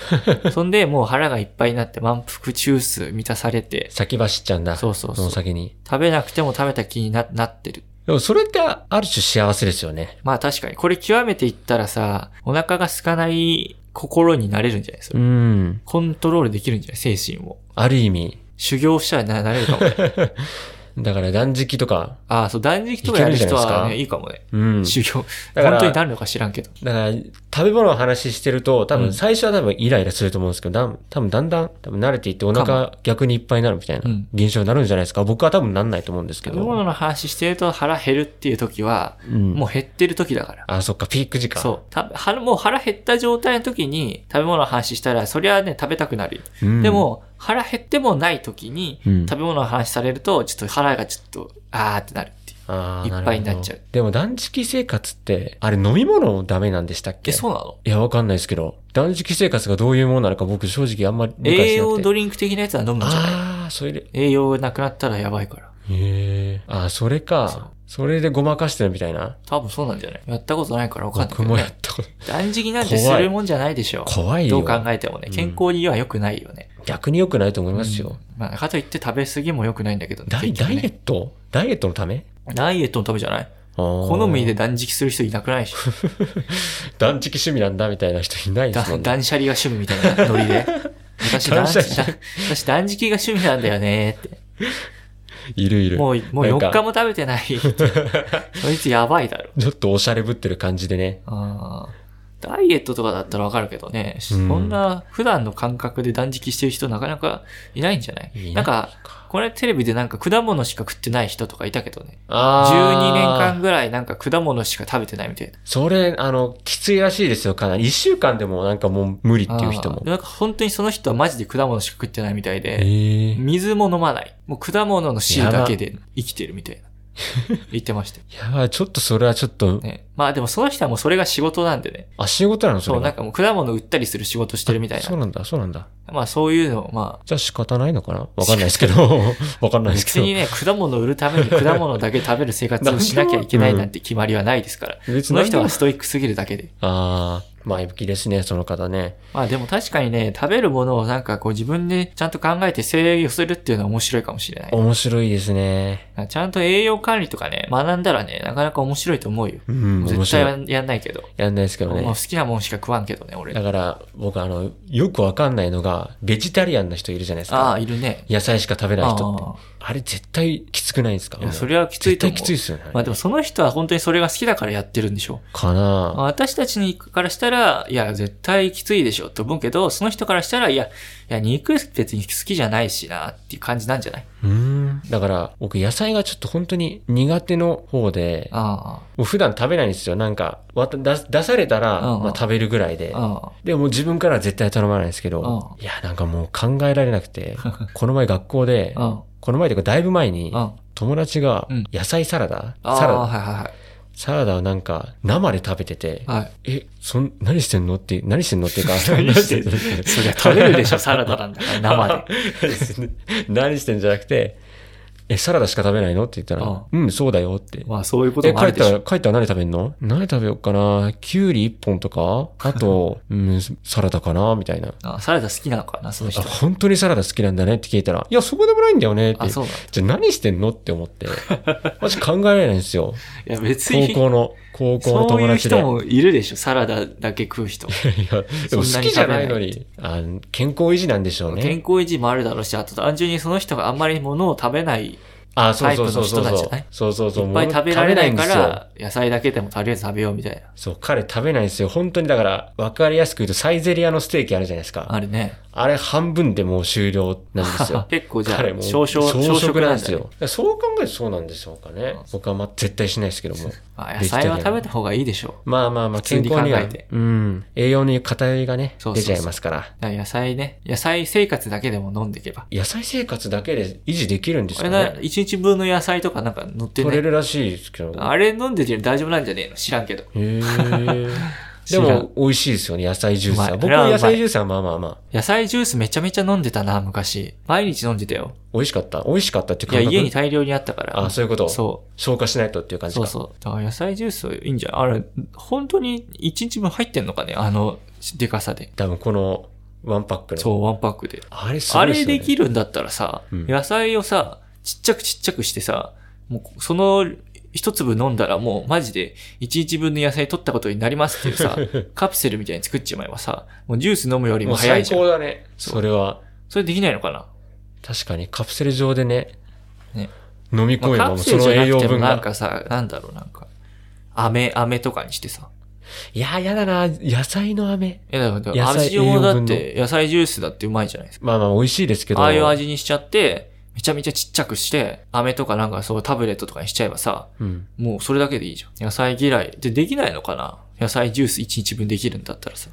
Speaker 2: そんで、もう腹がいっぱいになって満腹中枢満たされて、
Speaker 1: 先走っちゃうんだ。
Speaker 2: そうそうそう
Speaker 1: の先に。
Speaker 2: 食べなくても食べた気にななってる。
Speaker 1: でもそれってある種幸せですよね。
Speaker 2: まあ確かに、これ極めていったらさ、お腹が空かない心になれるんじゃないですか。
Speaker 1: うん。
Speaker 2: コントロールできるんじゃない精神を。
Speaker 1: ある意味。
Speaker 2: 修行したらななれるかもね。
Speaker 1: だから断食とか。
Speaker 2: ああ、そう、断食とかやる人
Speaker 1: いけるんじゃないです
Speaker 2: は、
Speaker 1: か
Speaker 2: ね、いいかもね。
Speaker 1: うん。
Speaker 2: 修行。
Speaker 1: だから
Speaker 2: 本当になるのか知らんけど。
Speaker 1: だから、食べ物の話してると、多
Speaker 2: う
Speaker 1: 分
Speaker 2: ん
Speaker 1: 最初は多分イライラすると思うんですけど、だん多分だんだん、多分慣れていってお腹逆にいっぱいになるみたいな
Speaker 2: うん
Speaker 1: 現象になるんじゃないですか。僕は多分なんないと思うんですけ
Speaker 2: 食べ物
Speaker 1: ど。
Speaker 2: の話してると腹減るっていう時は、
Speaker 1: うん
Speaker 2: もう減ってる時だから。
Speaker 1: あ、そっか、ピーク時間。
Speaker 2: そう。た腹もう腹減った状態の時に食べ物の話したら、そりゃね、食べたくなるよ。
Speaker 1: うん
Speaker 2: で、も、腹減ってもない時に、
Speaker 1: うん
Speaker 2: 食べ物の話されると、ちょっと腹がちょっと、あーってなるっていう。
Speaker 1: あー
Speaker 2: いっぱいになっちゃう。
Speaker 1: るほどでも断食生活って、あれ飲み物ダメなんでしたっけ
Speaker 2: え、そうなの
Speaker 1: いや、わかんないですけど、断食生活がどういうものなのか僕正直あんまり理解
Speaker 2: 栄
Speaker 1: しなく
Speaker 2: 養
Speaker 1: て。
Speaker 2: ドリンク的なやつは飲むんじゃない
Speaker 1: ああ、それで。
Speaker 2: 栄養なくなったらやばいから。
Speaker 1: へえ。あー、それ
Speaker 2: そう
Speaker 1: か。それでごまかしてるみたいな。
Speaker 2: 多分そうなんじゃないやったことないからわかんないけ
Speaker 1: 僕
Speaker 2: ど
Speaker 1: も
Speaker 2: ね、
Speaker 1: やったこと。
Speaker 2: 断食なんてす
Speaker 1: 怖い
Speaker 2: るもんじゃないでしょ。
Speaker 1: 怖いよ。
Speaker 2: どう考えてもね、健康には良くないよね。
Speaker 1: 逆に良くないと思いますよ。
Speaker 2: まあ、かといって食べ過ぎも良くないんだけどね、
Speaker 1: ダイ
Speaker 2: 結
Speaker 1: ダ
Speaker 2: 局
Speaker 1: イエ
Speaker 2: ね
Speaker 1: ットダイエットのため
Speaker 2: ダイエットのためじゃない好
Speaker 1: 好
Speaker 2: みで断食する人いなくないし。
Speaker 1: 断食趣味なんだみたいな人いないですもん
Speaker 2: だ
Speaker 1: ね。
Speaker 2: 断捨離が趣味みた いなノリで。私断
Speaker 1: 断捨
Speaker 2: 食
Speaker 1: 離
Speaker 2: 私断食が趣味なんだよねって。
Speaker 1: いるいる。
Speaker 2: もう、もう
Speaker 1: なんか
Speaker 2: 4日も食べてないって。 そいつやばいだろ。
Speaker 1: ちょっとおしゃれぶってる感じでね。
Speaker 2: あーダイエットとかだったらわかるけどね、そ
Speaker 1: うん
Speaker 2: んな普段の感覚で断食してる人なかなかいないんじゃない
Speaker 1: いない
Speaker 2: なんか、これテレビでなんか果物しか食ってない人とかいたけどね。
Speaker 1: あ
Speaker 2: 12年間。ぐらいなんか果物しか食べてないみたいな。
Speaker 1: それ、あの、きついらしいですよ、かなり。1週間でもなんかもう無理っていう人
Speaker 2: あー
Speaker 1: も
Speaker 2: で。なんか本当にその人はマジで果物しか食ってないみたいで。
Speaker 1: ええ。
Speaker 2: 水も飲まない。もう果物の汁だけで生きてるみたいな。言ってましたよ。
Speaker 1: やばい、ちょっとそれはちょっと、
Speaker 2: ね。まあでもその人はもうそれが仕事なんでね。
Speaker 1: あ、仕事なのそ
Speaker 2: そ
Speaker 1: れ
Speaker 2: う、
Speaker 1: が
Speaker 2: なんかもう果物売ったりする仕事してるみたい
Speaker 1: そう
Speaker 2: な。
Speaker 1: なんだ、そうなんだ。
Speaker 2: まあそういうのを、まあ、
Speaker 1: じゃあ仕方ないのかなわかんないですけ ど。わかんないです
Speaker 2: 別
Speaker 1: け
Speaker 2: に
Speaker 1: ど。
Speaker 2: ね、果物を売るために果物だけ食べる生活をしなきゃいけないなんて決まりはないですから。
Speaker 1: 別
Speaker 2: そ
Speaker 1: に
Speaker 2: の
Speaker 1: 何で
Speaker 2: 人
Speaker 1: も
Speaker 2: はストイックすぎるだけで。
Speaker 1: ああ、前向きですね、その方ね。
Speaker 2: まあでも確かにね、食べるものをなんかこう自分でちゃんと考えて制御するっていうのは面白いかもしれない。
Speaker 1: 面白いですね。
Speaker 2: ちゃんと栄養管理とかね、学んだらね、なかなか面白いと思うよ。
Speaker 1: うん、面
Speaker 2: 絶対
Speaker 1: 白い。
Speaker 2: はやんないけど。
Speaker 1: やんないですけど
Speaker 2: もう
Speaker 1: ね
Speaker 2: 好。きなもんしか食わんけどね、俺。
Speaker 1: だから、僕あの、よくわかんないのが、ベジタリアンの人いるじゃないです
Speaker 2: ああ、
Speaker 1: か。
Speaker 2: いるね。
Speaker 1: 野菜しか食べない人って。
Speaker 2: ああ
Speaker 1: あれ絶対きつくないですか
Speaker 2: いや、それはきついと思う。
Speaker 1: 絶対きついですよね。
Speaker 2: まあでもその人は本当にそれが好きだからやってるんでしょ。
Speaker 1: かなあ
Speaker 2: 私たちにからしたら、いや、絶対きついでしょと思うけど、その人からしたら、いや、いや、肉別に好きじゃないしな、っていう感じなんじゃない
Speaker 1: うん。だから、僕野菜がちょっと本当に苦手の方で、
Speaker 2: あ
Speaker 1: もう普段食べないんですよ。なんか、わた出出されたら、
Speaker 2: うんうん
Speaker 1: まあ食べるぐらいで。
Speaker 2: あ、ああ。
Speaker 1: でも自分からは絶対頼まないんですけど、
Speaker 2: う
Speaker 1: いや、なんかもう考えられなく て、この前学校で、
Speaker 2: うん。
Speaker 1: この前というかだいぶ前に
Speaker 2: う、ん。
Speaker 1: 友達が
Speaker 2: うん
Speaker 1: 野菜サラダ、
Speaker 2: あ
Speaker 1: サラ
Speaker 2: あ、
Speaker 1: ダ
Speaker 2: はいは
Speaker 1: サラダをなんか生で食べてて
Speaker 2: い、はい。はい。
Speaker 1: え、そん、何してんのって、 何してんのっていうか、
Speaker 2: 何してんのそりゃ食べるでしょ、サラダなん だから、生で。
Speaker 1: で。 何してんじゃなくて、え、サラダしか食べないのって言ったら、うん、そうだよって。
Speaker 2: まあそういうこと
Speaker 1: え、
Speaker 2: もあ
Speaker 1: 帰
Speaker 2: る
Speaker 1: っ
Speaker 2: でしたょ。
Speaker 1: ら、帰ったら何食べんの何食べようかなキュウリ1本と かあと、うん、サラダかなみたいな。
Speaker 2: あサラダ好きなのかな、その
Speaker 1: あ
Speaker 2: 人。
Speaker 1: 本当にサラダ好きなんだねって聞いたら、いや、そこでもないんだよねって。
Speaker 2: あ、そうなんだ。
Speaker 1: じゃあ何してんのって思 って。私考えられないんですよ。
Speaker 2: いや、別
Speaker 1: 高
Speaker 2: に。
Speaker 1: 校の、高校の
Speaker 2: そう
Speaker 1: 友
Speaker 2: いう
Speaker 1: 達で。
Speaker 2: 人もいるでしょ、サラダだけ食う人。
Speaker 1: いや、でも
Speaker 2: そんな
Speaker 1: 好
Speaker 2: に
Speaker 1: きじゃない
Speaker 2: 食べ
Speaker 1: の
Speaker 2: ないっ
Speaker 1: に、あ健康維持なんでしょう
Speaker 2: 健
Speaker 1: ね。
Speaker 2: 康維持もあるだろうし、あと単純にその人があんまり物を食べない
Speaker 1: あ、そうそうそうそう
Speaker 2: タイプの人たち
Speaker 1: そ
Speaker 2: じゃな
Speaker 1: う
Speaker 2: い。
Speaker 1: そうそうそう。
Speaker 2: いっぱい
Speaker 1: もう
Speaker 2: 食べられないか
Speaker 1: 食べないんですよ
Speaker 2: ら、野菜だけでもとりあえず食べようみたいな。
Speaker 1: そう、彼食べないんですよ。本当にだから、わかりやすく言うとサイゼリアのステーキあるじゃないですか。
Speaker 2: あれね。。
Speaker 1: あれ半分でもう終了なんですよ
Speaker 2: 結構じゃあ
Speaker 1: 彼も、
Speaker 2: 少々、
Speaker 1: 小食なんです
Speaker 2: だね
Speaker 1: よ。。そう考えるとそうなんでしょうかね。僕はまあ絶対しないですけど も。
Speaker 2: まあ、野菜は
Speaker 1: ベジタリアン
Speaker 2: 食べた方がいいでしょう。
Speaker 1: まあまあまあ、
Speaker 2: 通
Speaker 1: 健
Speaker 2: に
Speaker 1: 康には
Speaker 2: 考えて、
Speaker 1: うん、栄養に偏りがね
Speaker 2: そ、うそ
Speaker 1: 出
Speaker 2: うそ
Speaker 1: ち
Speaker 2: う
Speaker 1: ゃいますから。
Speaker 2: だから野菜ね。野菜生活だけでも飲んでいけば。
Speaker 1: 野菜生活だけで維持できるんですか
Speaker 2: あれな、
Speaker 1: ね。
Speaker 2: 一日分の野菜とかなんか乗って
Speaker 1: 取れ
Speaker 2: ね。
Speaker 1: るらしいですけど。
Speaker 2: あれ飲んでて大丈夫なんじゃねえの知らんけど。
Speaker 1: へー
Speaker 2: 知
Speaker 1: で
Speaker 2: らん
Speaker 1: も、美味しいですよね、野菜ジュース
Speaker 2: うま
Speaker 1: は。
Speaker 2: い
Speaker 1: 僕は野菜ジュースはまあまあまあ、
Speaker 2: 野菜ジュースめちゃめちゃ飲んでたな、昔。毎日飲んでたよ。
Speaker 1: 美味しかった。美味しかったって
Speaker 2: い
Speaker 1: 感
Speaker 2: や、
Speaker 1: 覚
Speaker 2: 家に大量にあったから。
Speaker 1: あ、そういうこと。
Speaker 2: そう。
Speaker 1: 消化しないとっていう感じ
Speaker 2: そ
Speaker 1: か。
Speaker 2: うそう。だから野菜ジュースいいんじゃん。あれ、本当に1日分入ってんのかねあの、でかさで。
Speaker 1: 多分このワンパックの。
Speaker 2: そう、ワンパックで。
Speaker 1: あれすご
Speaker 2: あ
Speaker 1: いです
Speaker 2: れ
Speaker 1: よね。
Speaker 2: でき
Speaker 1: る
Speaker 2: るんだったらさ、
Speaker 1: うん
Speaker 2: 野菜をさ、ちっちゃくちっちゃくしてさ、もうその一粒飲んだらもうマジで1日分の野菜取ったことになりますっていう さ、カプセルみたいに作っちまえばさ、もうジュース飲むより
Speaker 1: も
Speaker 2: も
Speaker 1: う
Speaker 2: 早
Speaker 1: 最
Speaker 2: いじゃん。
Speaker 1: 高だね。それは、
Speaker 2: それできないのかな
Speaker 1: 確かにカプセル状でね、
Speaker 2: ね
Speaker 1: 飲み込め
Speaker 2: ま
Speaker 1: ば
Speaker 2: あカ
Speaker 1: もう
Speaker 2: プセ
Speaker 1: そ
Speaker 2: ル
Speaker 1: の
Speaker 2: じゃな
Speaker 1: 栄養
Speaker 2: くても
Speaker 1: 分
Speaker 2: なん
Speaker 1: が。
Speaker 2: かさ、なんだろうなんか、飴、飴とかにしてさ。
Speaker 1: いや、やだな、野菜の飴。
Speaker 2: え、だか
Speaker 1: 野
Speaker 2: ら
Speaker 1: 菜
Speaker 2: 味をだっ
Speaker 1: 栄
Speaker 2: て、野菜ジュースだってうまいじゃないですか。
Speaker 1: まあまあ、美味しいですけど。
Speaker 2: ああいう味にしちゃって、めちゃめちゃちっちゃくして、飴とかなんかそうタブレットとかにしちゃえばさ、
Speaker 1: うん。
Speaker 2: もうそれだけでいいじゃん。野菜嫌い。で、できないのかな野菜ジュース1日分できるんだった らさ。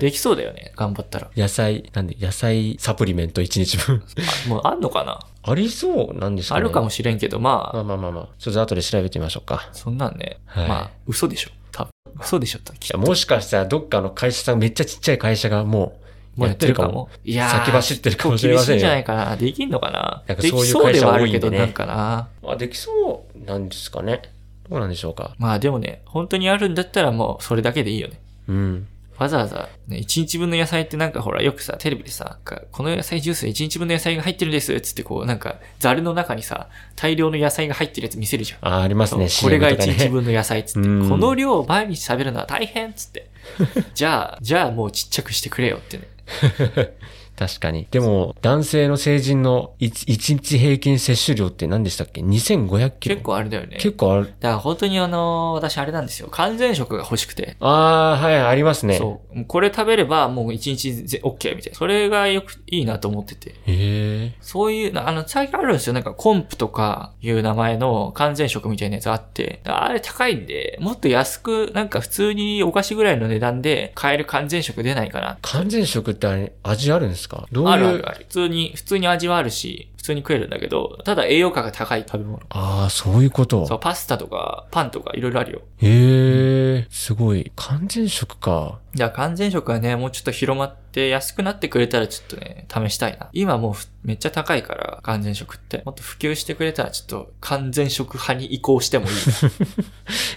Speaker 2: できそうだよね。頑張ったら。
Speaker 1: 野菜、なんで、野菜サプリメント1日分。
Speaker 2: あもうあんのかな
Speaker 1: ありそうなんですか
Speaker 2: あ
Speaker 1: ね。
Speaker 2: るかも
Speaker 1: し
Speaker 2: しれんけど、ま
Speaker 1: まあまあまあまあ。ちょっと後で調べてみましょうか
Speaker 2: あ、。そんなんね。
Speaker 1: はい
Speaker 2: まあ、嘘でしょ。多分。嘘でしょ。
Speaker 1: い
Speaker 2: き
Speaker 1: や
Speaker 2: っ
Speaker 1: もしかしたらどっかの会社さん、めっちゃちっちゃい会社がも
Speaker 2: と。もうやってるかも。いやー
Speaker 1: 先走ってるかもしれませんよ
Speaker 2: 結構厳しいんじゃないかな。できんのかな
Speaker 1: なんか
Speaker 2: で
Speaker 1: そう
Speaker 2: き
Speaker 1: いう
Speaker 2: そう
Speaker 1: 会
Speaker 2: で
Speaker 1: 社
Speaker 2: はあ
Speaker 1: 多い
Speaker 2: る
Speaker 1: ん
Speaker 2: け
Speaker 1: でね
Speaker 2: ど、なんかな。
Speaker 1: う、まあできそうなんですかね。どうなんでしょうか。
Speaker 2: まあでもね、本当にあるんだったらもうそれだけでいいよね。
Speaker 1: うん。
Speaker 2: わざわざ、ね、1日分の野菜ってなんかほら、よくさ、テレビでさ、なんかこの野菜ジュース1日分の野菜が入ってるんです、つってこう、なんか、ザルの中にさ、大量の野菜が入ってるやつ見せるじゃん。
Speaker 1: あ、ありますね、
Speaker 2: そうこれが
Speaker 1: CM とかね
Speaker 2: 1日分の野菜っつって、
Speaker 1: うん
Speaker 2: この量を毎日食べるのは大変っつって。 じゃあ、じゃあもうちっちゃくしてくれよってね。
Speaker 1: 確かに。でも、男性の成人の 1, 日平均摂取量って何でしたっけ ?2500 キロ。
Speaker 2: 結構あれだよね。
Speaker 1: 結構ある。
Speaker 2: だから本当にあのー私あれなんですよ。完全食が欲しくて。
Speaker 1: ああ、はい、ありますね。
Speaker 2: そう。もうこれ食べればもう1日ぜ OK みたいな。それがよく、いいなと思って
Speaker 1: へ
Speaker 2: て。
Speaker 1: え。
Speaker 2: そういう、なあの、最近あるんですよ。なんか、コンプとかいう名前の完全食みたいなやつあって、あれ高いんで、もっと安く、なんか普通にお菓子ぐらいの値段で買える完全食出ないかな。
Speaker 1: 完全食ってあれ、味あるんですかどういう。
Speaker 2: あるあるある。普通に、普通に味はあるし、普通に食えるんだけど、ただ栄養価が高い食べ物。
Speaker 1: あーそういうこ
Speaker 2: そう、
Speaker 1: と。
Speaker 2: パスタとか、パンとかいろいろあるよ。
Speaker 1: へえ、すごい。完全食か。
Speaker 2: じゃあ完全食はね、もうちょっと広まって安くなってくれたらちょっとね、試したいな。今もうふめっちゃ高いから、完全食って。もっと普及してくれたらちょっと完全食派に移行してもいいな。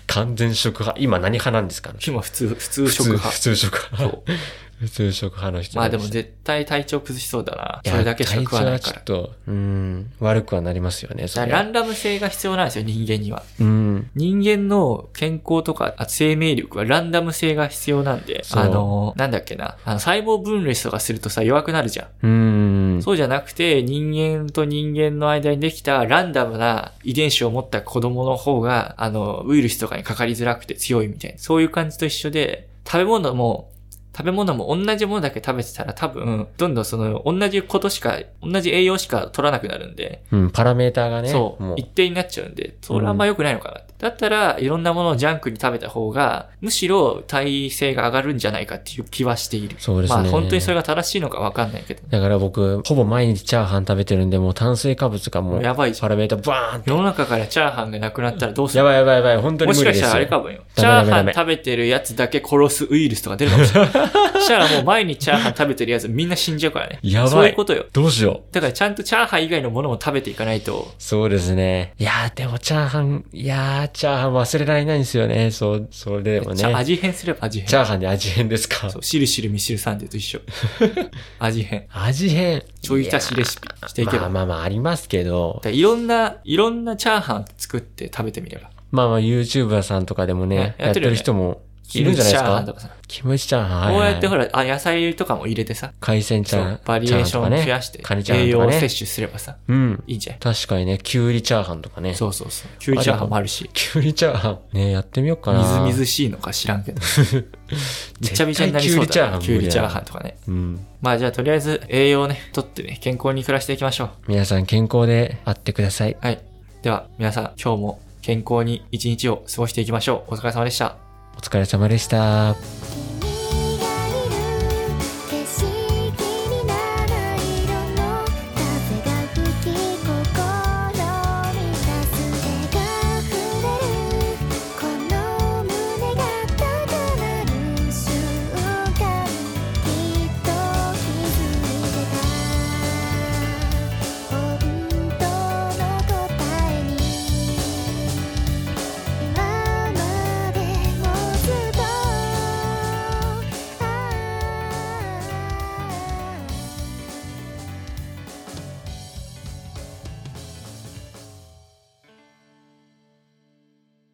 Speaker 1: 完全食派。今何派なんですか
Speaker 2: 今普通、普通食
Speaker 1: 普
Speaker 2: 派。
Speaker 1: 通食派。
Speaker 2: そう。
Speaker 1: 普通食派の人
Speaker 2: まあ
Speaker 1: で
Speaker 2: でも
Speaker 1: す
Speaker 2: 絶対体調崩しそうだな。
Speaker 1: いや
Speaker 2: それだけしか食わないか
Speaker 1: 体
Speaker 2: ら。
Speaker 1: 調はちょっと、うん、悪くはなりますよね、そ
Speaker 2: だか
Speaker 1: れ
Speaker 2: ら
Speaker 1: は
Speaker 2: ランダム性が必要なんですよ、人間には。
Speaker 1: うん。
Speaker 2: 人間の健康とかあ生命力はランダム性が必要なんで、
Speaker 1: そう
Speaker 2: あの、なんだっけな、あの細胞分裂とかするとさ、弱くなるじゃん。
Speaker 1: うん。
Speaker 2: そうじゃなくて、人間と人間の間にできたランダムな遺伝子を持った子供の方が、あの、ウイルスとかにかかりづらくて強いみたいな。そういう感じと一緒で、食べ物も、食べ物も同じものだけ食べてたら多分、どんどんその、同じことしか、同じ栄養しか取らなくなるんで、
Speaker 1: うん、パラメーターがね、
Speaker 2: そ
Speaker 1: も
Speaker 2: う、
Speaker 1: う
Speaker 2: 一定になっちゃうんで、それはあんま良くないのかなって。だったら、いろんなものをジャンクに食べた方が、むしろ体性が上がるんじゃないかっていう気はしている。
Speaker 1: そうです
Speaker 2: ま
Speaker 1: ね。
Speaker 2: あ、本当にそれが正しいのかわかんないけど、
Speaker 1: だから僕、ほぼ毎日チャーハン食べてるんで、もう炭水化物がも
Speaker 2: も
Speaker 1: う
Speaker 2: う、やばいじゃん
Speaker 1: パラメーターバーンって。
Speaker 2: 世の中からチャーハンがなくなったらどうす
Speaker 1: や
Speaker 2: る
Speaker 1: ばいやばいやばい、本当に無
Speaker 2: もし
Speaker 1: 理
Speaker 2: か
Speaker 1: で
Speaker 2: し
Speaker 1: す
Speaker 2: た
Speaker 1: よ。
Speaker 2: らあれかもよ。チャ
Speaker 1: ダメダ
Speaker 2: ー
Speaker 1: メ
Speaker 2: ハ
Speaker 1: ダ
Speaker 2: ン
Speaker 1: メ
Speaker 2: 食べてるやつだけ殺すウイルスとか出るかもしれない。 そしたらもう毎日チャーハン食べてるやつみんな死んじゃうからね。
Speaker 1: やばい
Speaker 2: そういうことよ。
Speaker 1: どうしよう。
Speaker 2: だからちゃんとチャーハン以外のものも食べていかないと、
Speaker 1: そうですね。いやー、でもチャーハン、いやー、チャーハン忘れられないんですよね。そう、それでもね。
Speaker 2: ちゃ味変すれば味
Speaker 1: チ
Speaker 2: 変。
Speaker 1: ャーハンで味変ですか
Speaker 2: そう、しるしるみしるさんでと一緒。味変。
Speaker 1: 味変。
Speaker 2: ちょい足しレシピしていけ
Speaker 1: まあ
Speaker 2: ば。
Speaker 1: まあまあありますけど、
Speaker 2: いろんな、いろんなチャーハン作って食べてみれば。
Speaker 1: まあまあ YouTuber さんとかでもね
Speaker 2: ね、や
Speaker 1: や
Speaker 2: っ
Speaker 1: ってて
Speaker 2: るよね
Speaker 1: る人もいるんじゃないですか
Speaker 2: キムチチャーハンとさ
Speaker 1: キムチちゃん、は
Speaker 2: こ
Speaker 1: い、
Speaker 2: う
Speaker 1: はい。
Speaker 2: やってほら、あ、野菜とかも入れてさ、
Speaker 1: 海鮮ち
Speaker 2: そ
Speaker 1: ゃ。
Speaker 2: うんバリエーションを増やして
Speaker 1: チャーハンとかねカニ、チャーハ
Speaker 2: 栄
Speaker 1: ンと
Speaker 2: 養
Speaker 1: か
Speaker 2: を
Speaker 1: ね
Speaker 2: 摂取すればさ、
Speaker 1: うん。
Speaker 2: いいんじゃない
Speaker 1: 確かにね、きゅうりチャーハンとかね。
Speaker 2: そうそうそう。キュウリチャーハンもあるし、
Speaker 1: きゅうりチャーハン。ねやってみようか
Speaker 2: み
Speaker 1: な。
Speaker 2: ずみずしいのか知らん けど。びちゃびちゃになりそうだな。
Speaker 1: 絶対
Speaker 2: キ
Speaker 1: キュ
Speaker 2: ュウ
Speaker 1: ウ
Speaker 2: リ
Speaker 1: リ
Speaker 2: チ
Speaker 1: チ
Speaker 2: ャ
Speaker 1: ャ
Speaker 2: ー
Speaker 1: ー
Speaker 2: ハ
Speaker 1: ハ
Speaker 2: ン
Speaker 1: ン
Speaker 2: とかね。
Speaker 1: うん。
Speaker 2: まあじゃあとりあえず栄養をね、とってね、健康に暮らしていきましょう。
Speaker 1: 皆さん健康であってください。
Speaker 2: はい。では、皆さん、今日も健康に一日を過ごしていきましょう。お疲れ様でした。
Speaker 1: お疲れ様でした。